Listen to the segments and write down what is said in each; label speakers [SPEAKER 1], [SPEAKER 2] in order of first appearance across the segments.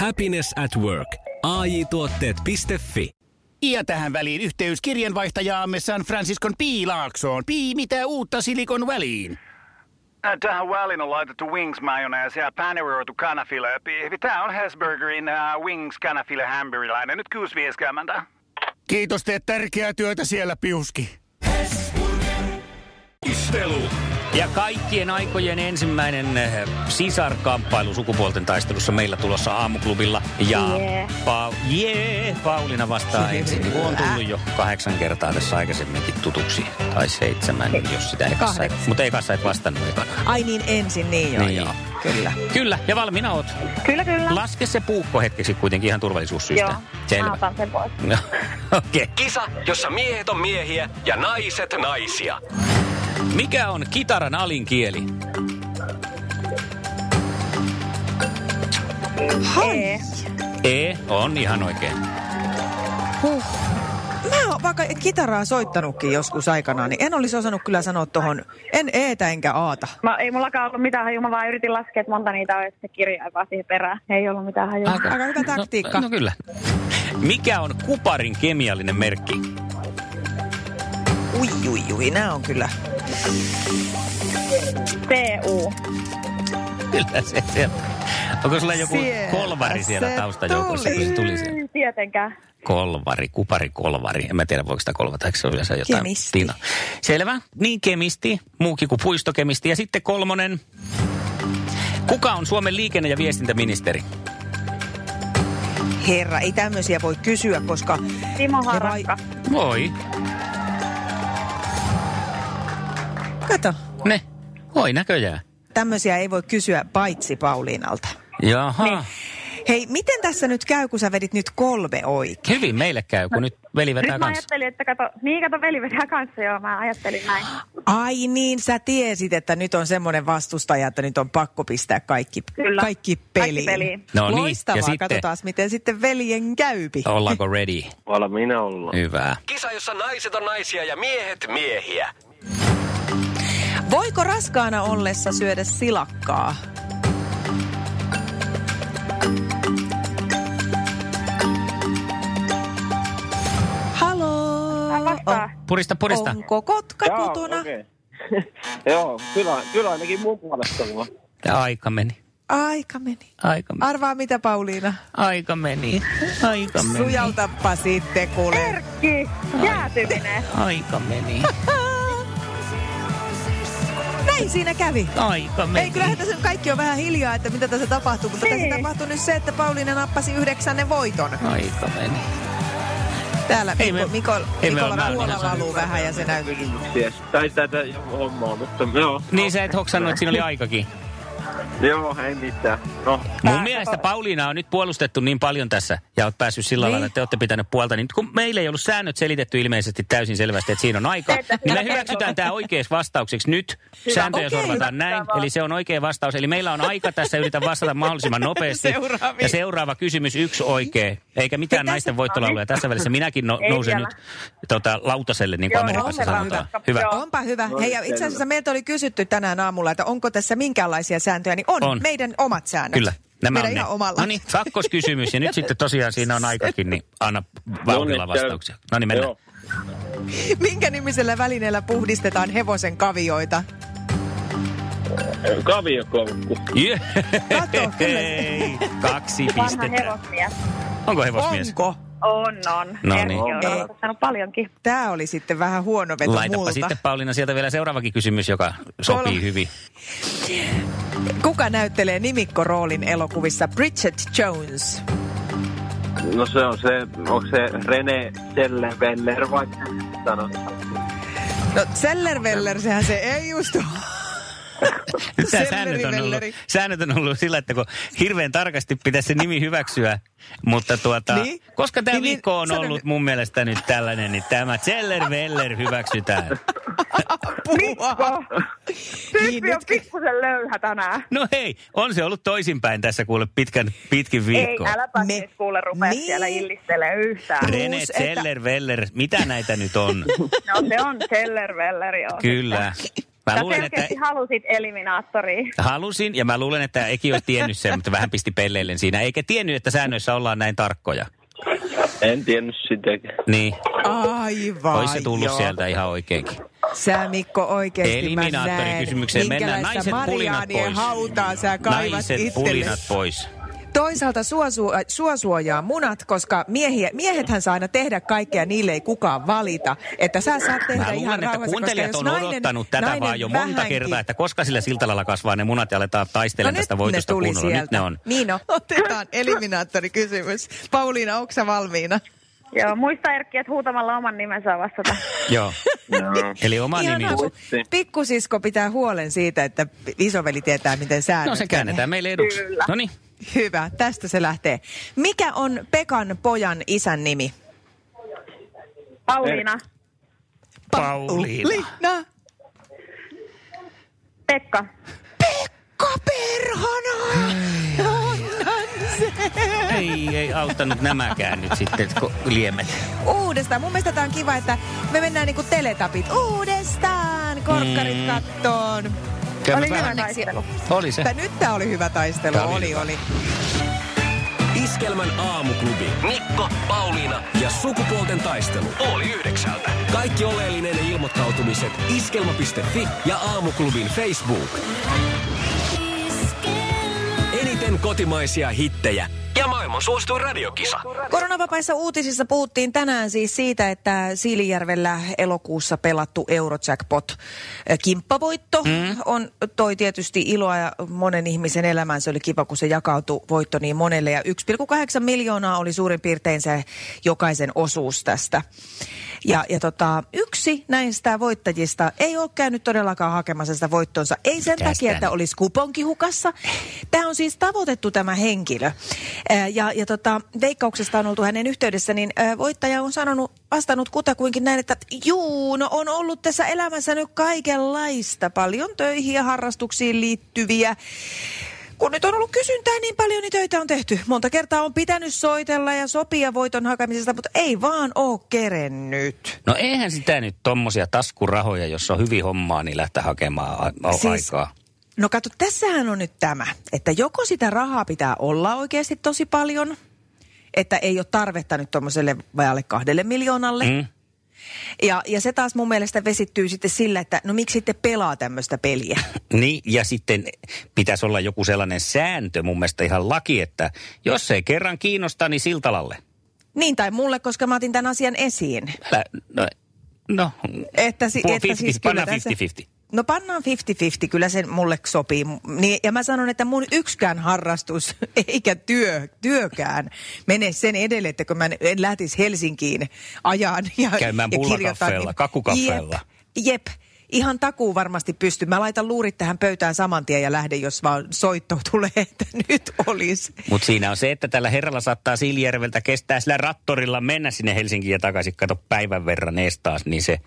[SPEAKER 1] Happiness at work. AJ Tuotteet.fi
[SPEAKER 2] Ja tähän väliin yhteys kirjanvaihtajaamme San Franciscon P. Laaksoon. P. Mitä uutta Silikon väliin?
[SPEAKER 3] Äh, Tähän väliin on laitettu wings mayonnaise ja paneroitu kanafila. Tämä on Hesburgerin uh, wings kanafila hamburilainen. Nyt kuusi vieskäämäntä.
[SPEAKER 2] Kiitos, teet tärkeää työtä siellä, Piuski.
[SPEAKER 4] Ja kaikkien aikojen ensimmäinen eh, sisarkamppailu sukupuolten taistelussa meillä tulossa aamuklubilla. Ja
[SPEAKER 5] Jee.
[SPEAKER 4] pa- yeah, Pauliina vastaa ensin, niin kuin on tullut jo kahdeksan kertaa tässä aikaisemminkin tutuksi. Tai seitsemän, jos sitä ekassa et,
[SPEAKER 6] Kahdeksan.
[SPEAKER 4] Mutta ekassa et vastannut ekana.
[SPEAKER 6] Ai niin ensin, niin joo,
[SPEAKER 4] Niin.
[SPEAKER 6] niin. joo. Kyllä.
[SPEAKER 4] Kyllä, ja valmiina oot.
[SPEAKER 5] Kyllä, kyllä.
[SPEAKER 4] Laske se puukko hetkeksi kuitenkin ihan turvallisuussyistä.
[SPEAKER 5] Joo, mä
[SPEAKER 4] Selvä.
[SPEAKER 5] otan sen pois.
[SPEAKER 4] No, Okei. Okay.
[SPEAKER 1] Kisa, jossa miehet on miehiä ja naiset naisia.
[SPEAKER 4] Mikä on kitaran alinkieli?
[SPEAKER 5] Ee,
[SPEAKER 4] E on ihan oikein.
[SPEAKER 6] Mä oon vaikka kitaraa soittanutkin joskus aikanaan, niin en olisi osannut kyllä sanoa tohon, en eetä enkä aata.
[SPEAKER 5] Mä, ei mullakaan ollut mitään hajua, mä vaan yritin laskea, että monta niitä on, ja sitten kirjaa vaan siihen perään. Ei ollut mitään hajua.
[SPEAKER 6] Aika hyvä taktiikka.
[SPEAKER 4] No, no kyllä. Mikä on kuparin kemiallinen merkki?
[SPEAKER 6] Ui, ui, ui, nää on kyllä.
[SPEAKER 5] TU.
[SPEAKER 4] Kyllä se sieltä. Onko sulla joku
[SPEAKER 6] Siellä
[SPEAKER 4] kolvari siellä
[SPEAKER 6] se
[SPEAKER 4] taustajoukossa, kun se tuli siellä?
[SPEAKER 5] Mm, Tietenkään.
[SPEAKER 4] Kolvari, kupari, kolvari. En mä tiedä, voiko sitä kolvata, eikö se ole yleensä jotain?
[SPEAKER 6] Kemisti.
[SPEAKER 4] Tiina. Selvä. Niin kemisti, muukin kuin puistokemisti. Ja sitten kolmonen. Kuka on Suomen liikenne- ja viestintäministeri?
[SPEAKER 6] Herra, ei tämmöisiä voi kysyä, koska...
[SPEAKER 5] Timo
[SPEAKER 6] Ja vai-
[SPEAKER 5] Harakka.
[SPEAKER 4] Voi.
[SPEAKER 6] Kato,
[SPEAKER 4] Ne. Voi näköjään.
[SPEAKER 6] tämmöisiä ei voi kysyä paitsi Pauliinalta.
[SPEAKER 4] Jaha.
[SPEAKER 6] Hei, miten tässä nyt käy, kun sä vedit nyt kolme oikein?
[SPEAKER 4] Hyvin meille käy, kun nyt veli vetää
[SPEAKER 5] Nyt mä
[SPEAKER 4] kanssa.
[SPEAKER 5] ajattelin, että kato, niin kato veli vetää kanssa, joo, mä ajattelin näin.
[SPEAKER 6] Ai niin, sä tiesit, että nyt on semmoinen vastustaja, että nyt on pakko pistää kaikki,
[SPEAKER 5] Kyllä.
[SPEAKER 6] kaikki
[SPEAKER 5] Kaikki
[SPEAKER 6] peliin.
[SPEAKER 5] peliin.
[SPEAKER 4] No niin, ja
[SPEAKER 6] Loistavaa,
[SPEAKER 4] sitten-
[SPEAKER 6] katsotaan miten sitten veljen käypi.
[SPEAKER 4] Ollaanko ready?
[SPEAKER 7] Valmiina ollaan.
[SPEAKER 4] Hyvä.
[SPEAKER 1] Kisa, jossa naiset on naisia ja miehet miehiä.
[SPEAKER 6] Voiko raskaana ollessa syödä silakkaa? Haloo!
[SPEAKER 5] Hän vastaa.
[SPEAKER 4] Purista, purista.
[SPEAKER 6] Onko kotka kotona?
[SPEAKER 7] okei. Joo, kyllä, kyllä ainakin mun puolesta vaan.
[SPEAKER 4] Aika meni. Ah.
[SPEAKER 6] Aika meni.
[SPEAKER 4] Aika meni.
[SPEAKER 6] Arvaa mitä, Pauliina?
[SPEAKER 4] Aika meni. Aika meni.
[SPEAKER 6] Sujautappa sitten, kuule.
[SPEAKER 5] Erkki, jäätyminen.
[SPEAKER 4] Aika meni.
[SPEAKER 6] Näin siinä kävi.
[SPEAKER 4] Aika
[SPEAKER 6] Ei,
[SPEAKER 4] meni.
[SPEAKER 6] kyllähän tässä nyt kaikki on vähän hiljaa, että mitä tässä tapahtuu, mutta tässä
[SPEAKER 5] Niin.
[SPEAKER 6] tapahtui nyt se, että Pauliina nappasi yhdeksännen voiton.
[SPEAKER 4] Aika meni.
[SPEAKER 6] Täällä
[SPEAKER 4] Ei
[SPEAKER 6] Mikko,
[SPEAKER 4] me-
[SPEAKER 6] Mikko,
[SPEAKER 4] ei me
[SPEAKER 6] Mikolla
[SPEAKER 4] olla nähnyt
[SPEAKER 6] puolella
[SPEAKER 4] ihan
[SPEAKER 6] valuu vähän ja se näyttää.
[SPEAKER 7] Kysymyksiä. Tai tätä hommaa, mutta joo.
[SPEAKER 4] Niin sä et hoksannut, että siinä oli aikakin.
[SPEAKER 7] Joo, ei mitään. No,
[SPEAKER 4] Mun mielestä Pauliina on nyt puolustettu niin paljon tässä ja oot päässyt sillä
[SPEAKER 6] Niin.
[SPEAKER 4] lailla, että te olette pitänyt puolta. Niin kun meillä ei ollut säännöt selitetty ilmeisesti täysin selvästi, että siinä on aika,
[SPEAKER 5] Se, että
[SPEAKER 4] niin me
[SPEAKER 5] pitää
[SPEAKER 4] hyväksytään tämä oikeaksi vastaukseksi nyt. Sääntöjä
[SPEAKER 6] Okei.
[SPEAKER 4] sorvataan näin, eli se on oikea vastaus. Eli meillä on aika tässä, yritän vastata mahdollisimman nopeasti.
[SPEAKER 6] Seuraaviin.
[SPEAKER 4] Ja seuraava kysymys, yksi oikea. Eikä mitään
[SPEAKER 6] Tässä-
[SPEAKER 4] naisten voittolauluja tässä välissä. Minäkin no,
[SPEAKER 5] Ei
[SPEAKER 4] nousen
[SPEAKER 5] vielä.
[SPEAKER 4] nyt tota, lautaselle, niin kuin
[SPEAKER 5] Joo,
[SPEAKER 4] Amerikassa
[SPEAKER 5] on se
[SPEAKER 4] sanotaan.
[SPEAKER 5] rankka.
[SPEAKER 4] Hyvä.
[SPEAKER 5] Joo.
[SPEAKER 6] Onpa hyvä. Hei, ja itse asiassa meiltä oli kysytty tänään aamulla, että onko tässä minkäänlaisia sääntöjä, niin on,
[SPEAKER 4] On.
[SPEAKER 6] meidän omat säännöt.
[SPEAKER 4] Kyllä. Nämä
[SPEAKER 6] meidän
[SPEAKER 4] on
[SPEAKER 6] ihan
[SPEAKER 4] ne.
[SPEAKER 6] omalla.
[SPEAKER 4] No niin, kakkoskysymys. Ja nyt sitten tosiaan siinä on aikakin, niin anna vauhdilla
[SPEAKER 7] No niin,
[SPEAKER 4] vastauksia. No niin, mennään.
[SPEAKER 7] joo.
[SPEAKER 6] Minkä nimisellä välineellä puhdistetaan hevosen kavioita?
[SPEAKER 7] Kaviokoukku.
[SPEAKER 4] Jee.
[SPEAKER 6] Kato, kyllä se-
[SPEAKER 4] Hei, Kaksi
[SPEAKER 5] Vanha
[SPEAKER 4] pistettä.
[SPEAKER 5] hevosmies.
[SPEAKER 4] Onko hevosmies?
[SPEAKER 6] Onko?
[SPEAKER 5] On, on.
[SPEAKER 4] No
[SPEAKER 5] Erkki
[SPEAKER 4] niin.
[SPEAKER 5] on
[SPEAKER 6] Ei.
[SPEAKER 5] saanut paljonkin.
[SPEAKER 6] Tämä oli sitten vähän huono veto
[SPEAKER 4] Laitapa
[SPEAKER 6] multa.
[SPEAKER 4] sitten Pauliina sieltä vielä seuraavakin kysymys, joka sopii
[SPEAKER 6] Kolme.
[SPEAKER 4] hyvin.
[SPEAKER 6] Kuka näyttelee nimikkoroolin elokuvissa Bridget Jones?
[SPEAKER 7] No se on se, onko se Rene Selleveller vai sano?
[SPEAKER 6] No Zellerveller, sehän se ei just ole.
[SPEAKER 4] Nyt tämä
[SPEAKER 6] Selleri
[SPEAKER 4] säännöt on, ollut,
[SPEAKER 6] velleri.
[SPEAKER 4] säännöt on ollut sillä, että kun hirveän tarkasti pitäisi se nimi hyväksyä, mutta tuota,
[SPEAKER 6] Niin?
[SPEAKER 4] koska tämä
[SPEAKER 6] Niin, niin,
[SPEAKER 4] viikko on
[SPEAKER 6] sano
[SPEAKER 4] ollut
[SPEAKER 6] nyt.
[SPEAKER 4] mun mielestä nyt tällainen, niin tämä Zeller Veller hyväksytään.
[SPEAKER 6] Apua. Niin,
[SPEAKER 5] Tyyppi on
[SPEAKER 6] nyt-
[SPEAKER 5] pikkusen löyhä tänään.
[SPEAKER 4] No hei, on se ollut toisinpäin tässä kuule pitkän, pitkin viikkoa.
[SPEAKER 5] Ei, äläpä
[SPEAKER 6] Me-
[SPEAKER 5] Me... nyt kuule rupea
[SPEAKER 6] Niin.
[SPEAKER 5] niin. siellä illistele yhtään.
[SPEAKER 4] Rene
[SPEAKER 6] Plus, että-
[SPEAKER 4] Zeller, Veller, mitä näitä nyt on?
[SPEAKER 5] No se on sellervelleri on.
[SPEAKER 4] Kyllä.
[SPEAKER 5] Sä
[SPEAKER 4] Mä luulen, että
[SPEAKER 5] selkeästi että... halusit eliminaattoria.
[SPEAKER 4] halusin ja mä luulen, että Eki olisi tiennyt sen, mutta vähän pisti pelleillen siinä. Eikä tiennyt, että säännöissä ollaan näin tarkkoja.
[SPEAKER 7] En tiennyt sitäkään.
[SPEAKER 4] Niin,
[SPEAKER 6] Aivan
[SPEAKER 4] olisi se tullut
[SPEAKER 6] joo.
[SPEAKER 4] sieltä ihan oikeinkin.
[SPEAKER 6] Sä Mikko oikeesti mä näen,
[SPEAKER 4] Eliminaattorikysymykseen mennään.
[SPEAKER 6] minkälaista
[SPEAKER 4] Naiset pulinat
[SPEAKER 6] Mariaanien
[SPEAKER 4] pois.
[SPEAKER 6] hautaa sä kaivat
[SPEAKER 4] Naiset pulinat
[SPEAKER 6] itsellesi.
[SPEAKER 4] pois.
[SPEAKER 6] Toisaalta sua, su- äh, sua suojaa munat, koska miehiä, miehethän saa aina tehdä kaikkea, niille ei kukaan valita. Että sä saat tehdä
[SPEAKER 4] Mä
[SPEAKER 6] ihan
[SPEAKER 4] luulen, että
[SPEAKER 6] rauhassa,
[SPEAKER 4] kuuntelijat
[SPEAKER 6] koska
[SPEAKER 4] on
[SPEAKER 6] jos nainen,
[SPEAKER 4] odottanut tätä
[SPEAKER 6] nainen
[SPEAKER 4] vaan jo monta
[SPEAKER 6] vähänkin-
[SPEAKER 4] kertaa, että koska sillä siltalalla kasvaa ne munat ja aletaan
[SPEAKER 6] No
[SPEAKER 4] taistelemaan
[SPEAKER 6] nyt
[SPEAKER 4] tästä
[SPEAKER 6] ne
[SPEAKER 4] voitosta
[SPEAKER 6] tuli
[SPEAKER 4] kunnolla.
[SPEAKER 6] sieltä.
[SPEAKER 4] Nyt ne on.
[SPEAKER 6] Niino.
[SPEAKER 8] Otetaan eliminaattorikysymys. Pauliina, onko sä valmiina?
[SPEAKER 5] Joo, muista Erkki, että huutamalla oman nimensä saa vastata.
[SPEAKER 4] Joo.
[SPEAKER 7] No.
[SPEAKER 4] Eli oma nimi
[SPEAKER 6] Ihanaa,
[SPEAKER 4] on
[SPEAKER 6] kun pikkusisko pitää huolen siitä, että isoveli tietää, miten säännöt
[SPEAKER 4] No se
[SPEAKER 6] menee.
[SPEAKER 4] käännetään meille eduksi. No niin.
[SPEAKER 6] Hyvä, tästä se lähtee. Mikä on Pekan pojan isän nimi?
[SPEAKER 5] Pauliina,
[SPEAKER 4] Pauliina.
[SPEAKER 6] Pauliina.
[SPEAKER 5] Pekka.
[SPEAKER 6] Pekka perhana! Onhan se!
[SPEAKER 4] Ei, ei auttanut nämäkään nyt sitten ko- liemet.
[SPEAKER 6] Uudestaan. Mun mielestä tää on kiva, että me mennään niinku teletapit uudestaan. Korkkarit
[SPEAKER 4] Mm.
[SPEAKER 6] kattoon.
[SPEAKER 4] Käy
[SPEAKER 5] Oli
[SPEAKER 4] vähän-
[SPEAKER 5] hyvä taistelu.
[SPEAKER 4] Oli se.
[SPEAKER 6] Tää, nyt tää oli hyvä taistelu.
[SPEAKER 4] Tää
[SPEAKER 6] Oli,
[SPEAKER 4] oli
[SPEAKER 6] oli.
[SPEAKER 4] hyvä.
[SPEAKER 1] Iskelmän aamuklubi. Mikko, Pauliina ja sukupuolten taistelu. Oli yhdeksältä. Kaikki oleellinen ilmoittautumiset iskelma.fi ja aamuklubin Facebook. Eniten kotimaisia hittejä ja maailman suosituin radiokisa.
[SPEAKER 6] Koronavapaissa uutisissa puhuttiin tänään siis siitä, että Siilijärvellä elokuussa pelattu Eurojackpot äh, kimppavoitto mm. on toi tietysti iloa ja monen ihmisen elämään. Se oli kiva, kun se jakautui voitto niin monelle ja 1,8 miljoonaa oli suurin piirtein se jokaisen osuus tästä. Ja, ja tota, yksi näistä voittajista ei ole käynyt todellakaan hakemassa sitä voittonsa. Ei sen
[SPEAKER 4] Mitäs
[SPEAKER 6] takia, että
[SPEAKER 4] tän?
[SPEAKER 6] olisi kuponkihukassa. Tämä on siis tavoitettu tämä henkilö. Ää, Ja, ja tota, veikkauksesta on oltu hänen yhteydessä, niin ää, voittaja on sanonut, vastannut kutakuinkin näin, että juu, no on ollut tässä elämässä nyt kaikenlaista. Paljon töihin ja harrastuksiin liittyviä. Kun nyt on ollut kysyntää niin paljon, niin töitä on tehty. Monta kertaa on pitänyt soitella ja sopia voiton hakemisesta, mutta ei vaan oo kerennyt.
[SPEAKER 4] No eihän sitä nyt tommosia taskurahoja, jos on hyvin hommaa, niin lähtee hakemaan a- a-
[SPEAKER 6] Siis-
[SPEAKER 4] aikaa.
[SPEAKER 6] No kato, tässähän on nyt tämä, että joko sitä rahaa pitää olla oikeasti tosi paljon, että ei ole tarvetta nyt tuommoiselle vajalle kahdelle miljoonalle. Mm.
[SPEAKER 4] Mm?
[SPEAKER 6] Ja, ja se taas mun mielestä vesittyy sitten sillä, että no miksi sitten pelaa tämmöistä peliä.
[SPEAKER 4] Niin, ja sitten pitäisi olla joku sellainen sääntö, mun mielestä ihan laki, että jos ei kerran kiinnosta, niin siltalalle.
[SPEAKER 6] Niin tai mulle, koska mä otin tämän asian esiin.
[SPEAKER 4] Älä, no, no,
[SPEAKER 6] Että, si,
[SPEAKER 4] Puol-
[SPEAKER 6] että
[SPEAKER 4] 50,
[SPEAKER 6] siis kyllä
[SPEAKER 4] pannaan
[SPEAKER 6] tässä-
[SPEAKER 4] 50-50.
[SPEAKER 6] No pannaan 50-50, kyllä se mulle sopii. Niin, ja mä sanon, että mun yksikään harrastus eikä työ, työkään mene sen edelle, että kun mä en- en lähtisi Helsinkiin ajaan ja,
[SPEAKER 4] Käymään
[SPEAKER 6] ja kirjoittaa.
[SPEAKER 4] pullakaffeella, kakukaffeella.
[SPEAKER 6] Jep, jep, ihan takuu varmasti pysty. Mä laitan luurit tähän pöytään saman tien ja lähden, jos vaan soitto tulee, että nyt olisi.
[SPEAKER 4] Mutta siinä on se, että tällä herralla saattaa Siljärveltä kestää sillä rattorilla mennä sinne Helsinkiin ja takaisin, kato päivän verran ees taas, niin se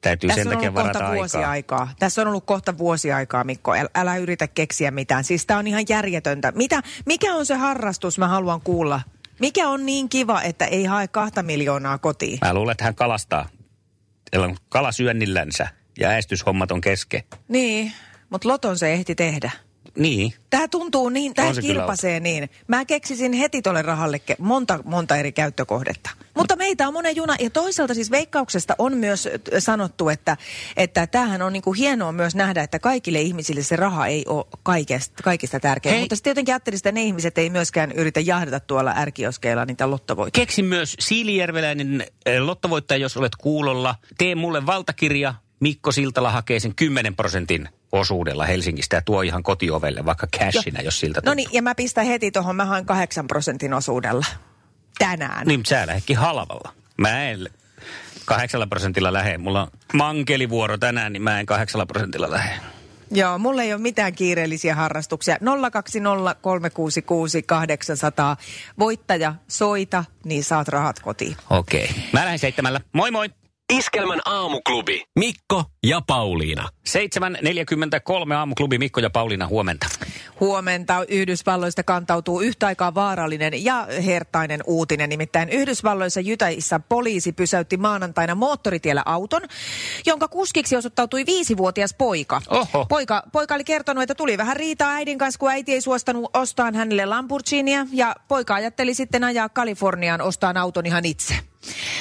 [SPEAKER 4] täytyy
[SPEAKER 6] Tässä
[SPEAKER 4] sen
[SPEAKER 6] on
[SPEAKER 4] takia
[SPEAKER 6] ollut kohta
[SPEAKER 4] varata
[SPEAKER 6] vuosi
[SPEAKER 4] aikaa.
[SPEAKER 6] aikaa. Tässä on ollut kohta vuosi aikaa, Mikko. Älä, älä yritä keksiä mitään. Siis tämä on ihan järjetöntä. Mitä, mikä on se harrastus, mä haluan kuulla? Mikä on niin kiva, että ei hae kahta miljoonaa kotiin?
[SPEAKER 4] Mä luulen, että hän kalastaa. Sillä on kala syönnillänsä ja äästyshommat on kesken.
[SPEAKER 6] Niin, mutta Loton se ehti tehdä.
[SPEAKER 4] Niin.
[SPEAKER 6] Tämä tuntuu niin, tämä
[SPEAKER 4] On se kyllä
[SPEAKER 6] kilpasee niin. Mä keksisin heti tuolle rahalle ke- monta, monta eri käyttökohdetta. Mutta meitä on monen juna. Ja toisaalta siis veikkauksesta on myös ö, sanottu, että, että tämähän on niinku hienoa myös nähdä, että kaikille ihmisille se raha ei ole kaikista, kaikista tärkeä.
[SPEAKER 4] Hei.
[SPEAKER 6] Mutta sitten jotenkin ajattelin, että ne ihmiset ei myöskään yritä jahdata tuolla ärkioskeilla niitä lottovoittoja.
[SPEAKER 4] Keksi myös siilijärveläinen eh, lottovoittaja, jos olet kuulolla. Tee mulle valtakirja. Mikko Siltala hakee sen 10 prosentin osuudella Helsingistä ja tuo ihan kotiovelle, vaikka cashina, jos siltä
[SPEAKER 6] No
[SPEAKER 4] tuntuu.
[SPEAKER 6] niin, ja mä pistän heti tuohon, mä haen kahdeksan prosentin osuudella tänään.
[SPEAKER 4] Niin, mutta sä lähetkin halvalla. Mä en kahdeksalla prosentilla lähe. Mulla on mankelivuoro tänään, niin mä en kahdeksalla prosentilla lähe.
[SPEAKER 6] Joo, mulla ei ole mitään kiireellisiä harrastuksia. 020366800. Voittaja, soita, niin saat rahat kotiin.
[SPEAKER 4] Okei. Okay. Mä lähden seitsemällä. Moi moi!
[SPEAKER 1] Iskelmän aamuklubi. Mikko ja Pauliina.
[SPEAKER 4] 7.43 aamuklubi Mikko ja Pauliina huomenta.
[SPEAKER 6] Huomenta Yhdysvalloista kantautuu yhtä aikaa vaarallinen ja hertainen uutinen. Nimittäin Yhdysvalloissa Jytäissä poliisi pysäytti maanantaina moottoritiellä auton, jonka kuskiksi osoittautui viisivuotias poika.
[SPEAKER 4] Oho.
[SPEAKER 6] poika. Poika oli kertonut, että tuli vähän riitaa äidin kanssa, kun äiti ei suostanut ostaan hänelle Lamborghiniä. Ja poika ajatteli sitten ajaa Kaliforniaan ostaan auton ihan itse.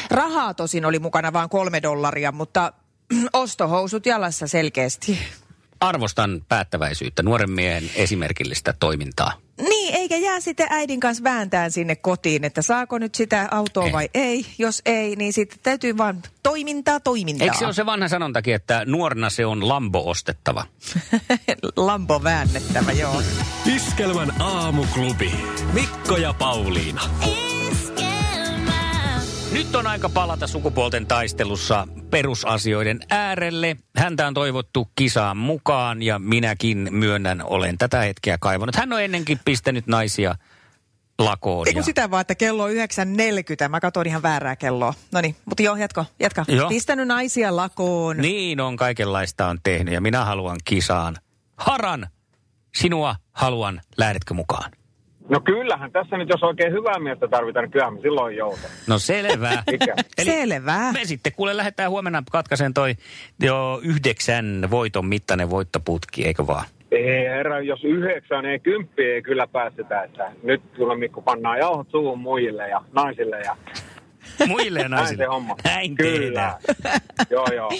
[SPEAKER 6] Rahaa tosin oli mukana vain kolme dollaria, mutta ostohousut jalassa selkeästi.
[SPEAKER 4] Arvostan päättäväisyyttä, nuoren miehen esimerkillistä toimintaa.
[SPEAKER 6] Niin, eikä jää sitten äidin kanssa vääntään sinne kotiin, että saako nyt sitä autoa
[SPEAKER 4] Ei.
[SPEAKER 6] ei. vai ei. Jos ei, niin sitten täytyy vaan toimintaa toimintaa.
[SPEAKER 4] Eikö se ole se vanha sanontakin, että nuorena se on lambo ostettava?
[SPEAKER 6] Lampo väännettävä, joo.
[SPEAKER 1] Iskelmän aamuklubi. Mikko ja Pauliina.
[SPEAKER 4] Nyt on aika palata sukupuolten taistelussa perusasioiden äärelle. Häntä on toivottu kisaan mukaan ja minäkin myönnän, olen tätä hetkeä kaivannut. Hän on ennenkin pistänyt naisia lakoon.
[SPEAKER 6] Eikö
[SPEAKER 4] ja-
[SPEAKER 6] sitä vaan, että kello on 9.40. Mä katsoin ihan väärää kelloa. No niin, mutta joo, jatko, jatka.
[SPEAKER 4] Joo.
[SPEAKER 6] Pistänyt naisia lakoon.
[SPEAKER 4] Niin on, kaikenlaista on tehnyt ja minä haluan kisaan. Haran, sinua haluan, lähdetkö mukaan?
[SPEAKER 7] No kyllähän tässä nyt, jos oikein hyvää miestä tarvitaan, niin kyllähän me silloin joutuu.
[SPEAKER 4] No selvä.
[SPEAKER 7] Mikä?
[SPEAKER 6] Selvä.
[SPEAKER 4] Me sitten kuule lähdetään huomenna katkaisen toi jo yhdeksän voiton mittainen voittoputki, eikö vaan?
[SPEAKER 7] Ei herra, jos yhdeksän ei kymppi ei kyllä päästetä. Että nyt kyllä Mikko pannaan jauhot suuhun muille ja naisille ja
[SPEAKER 4] Muille ja
[SPEAKER 7] näin
[SPEAKER 4] naisille.
[SPEAKER 7] se homma.
[SPEAKER 4] Näin
[SPEAKER 7] kyllä.
[SPEAKER 4] tehdään.
[SPEAKER 7] joo, joo.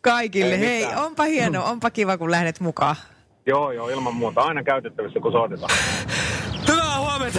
[SPEAKER 6] Kaikille.
[SPEAKER 7] Ei
[SPEAKER 6] Hei,
[SPEAKER 7] mitään.
[SPEAKER 6] onpa
[SPEAKER 4] Mm.
[SPEAKER 6] hieno, onpa kiva, kun lähdet mukaan.
[SPEAKER 7] Joo, joo, ilman muuta. Aina käytettävissä, kun soitetaan.
[SPEAKER 1] Hyvää huomenta.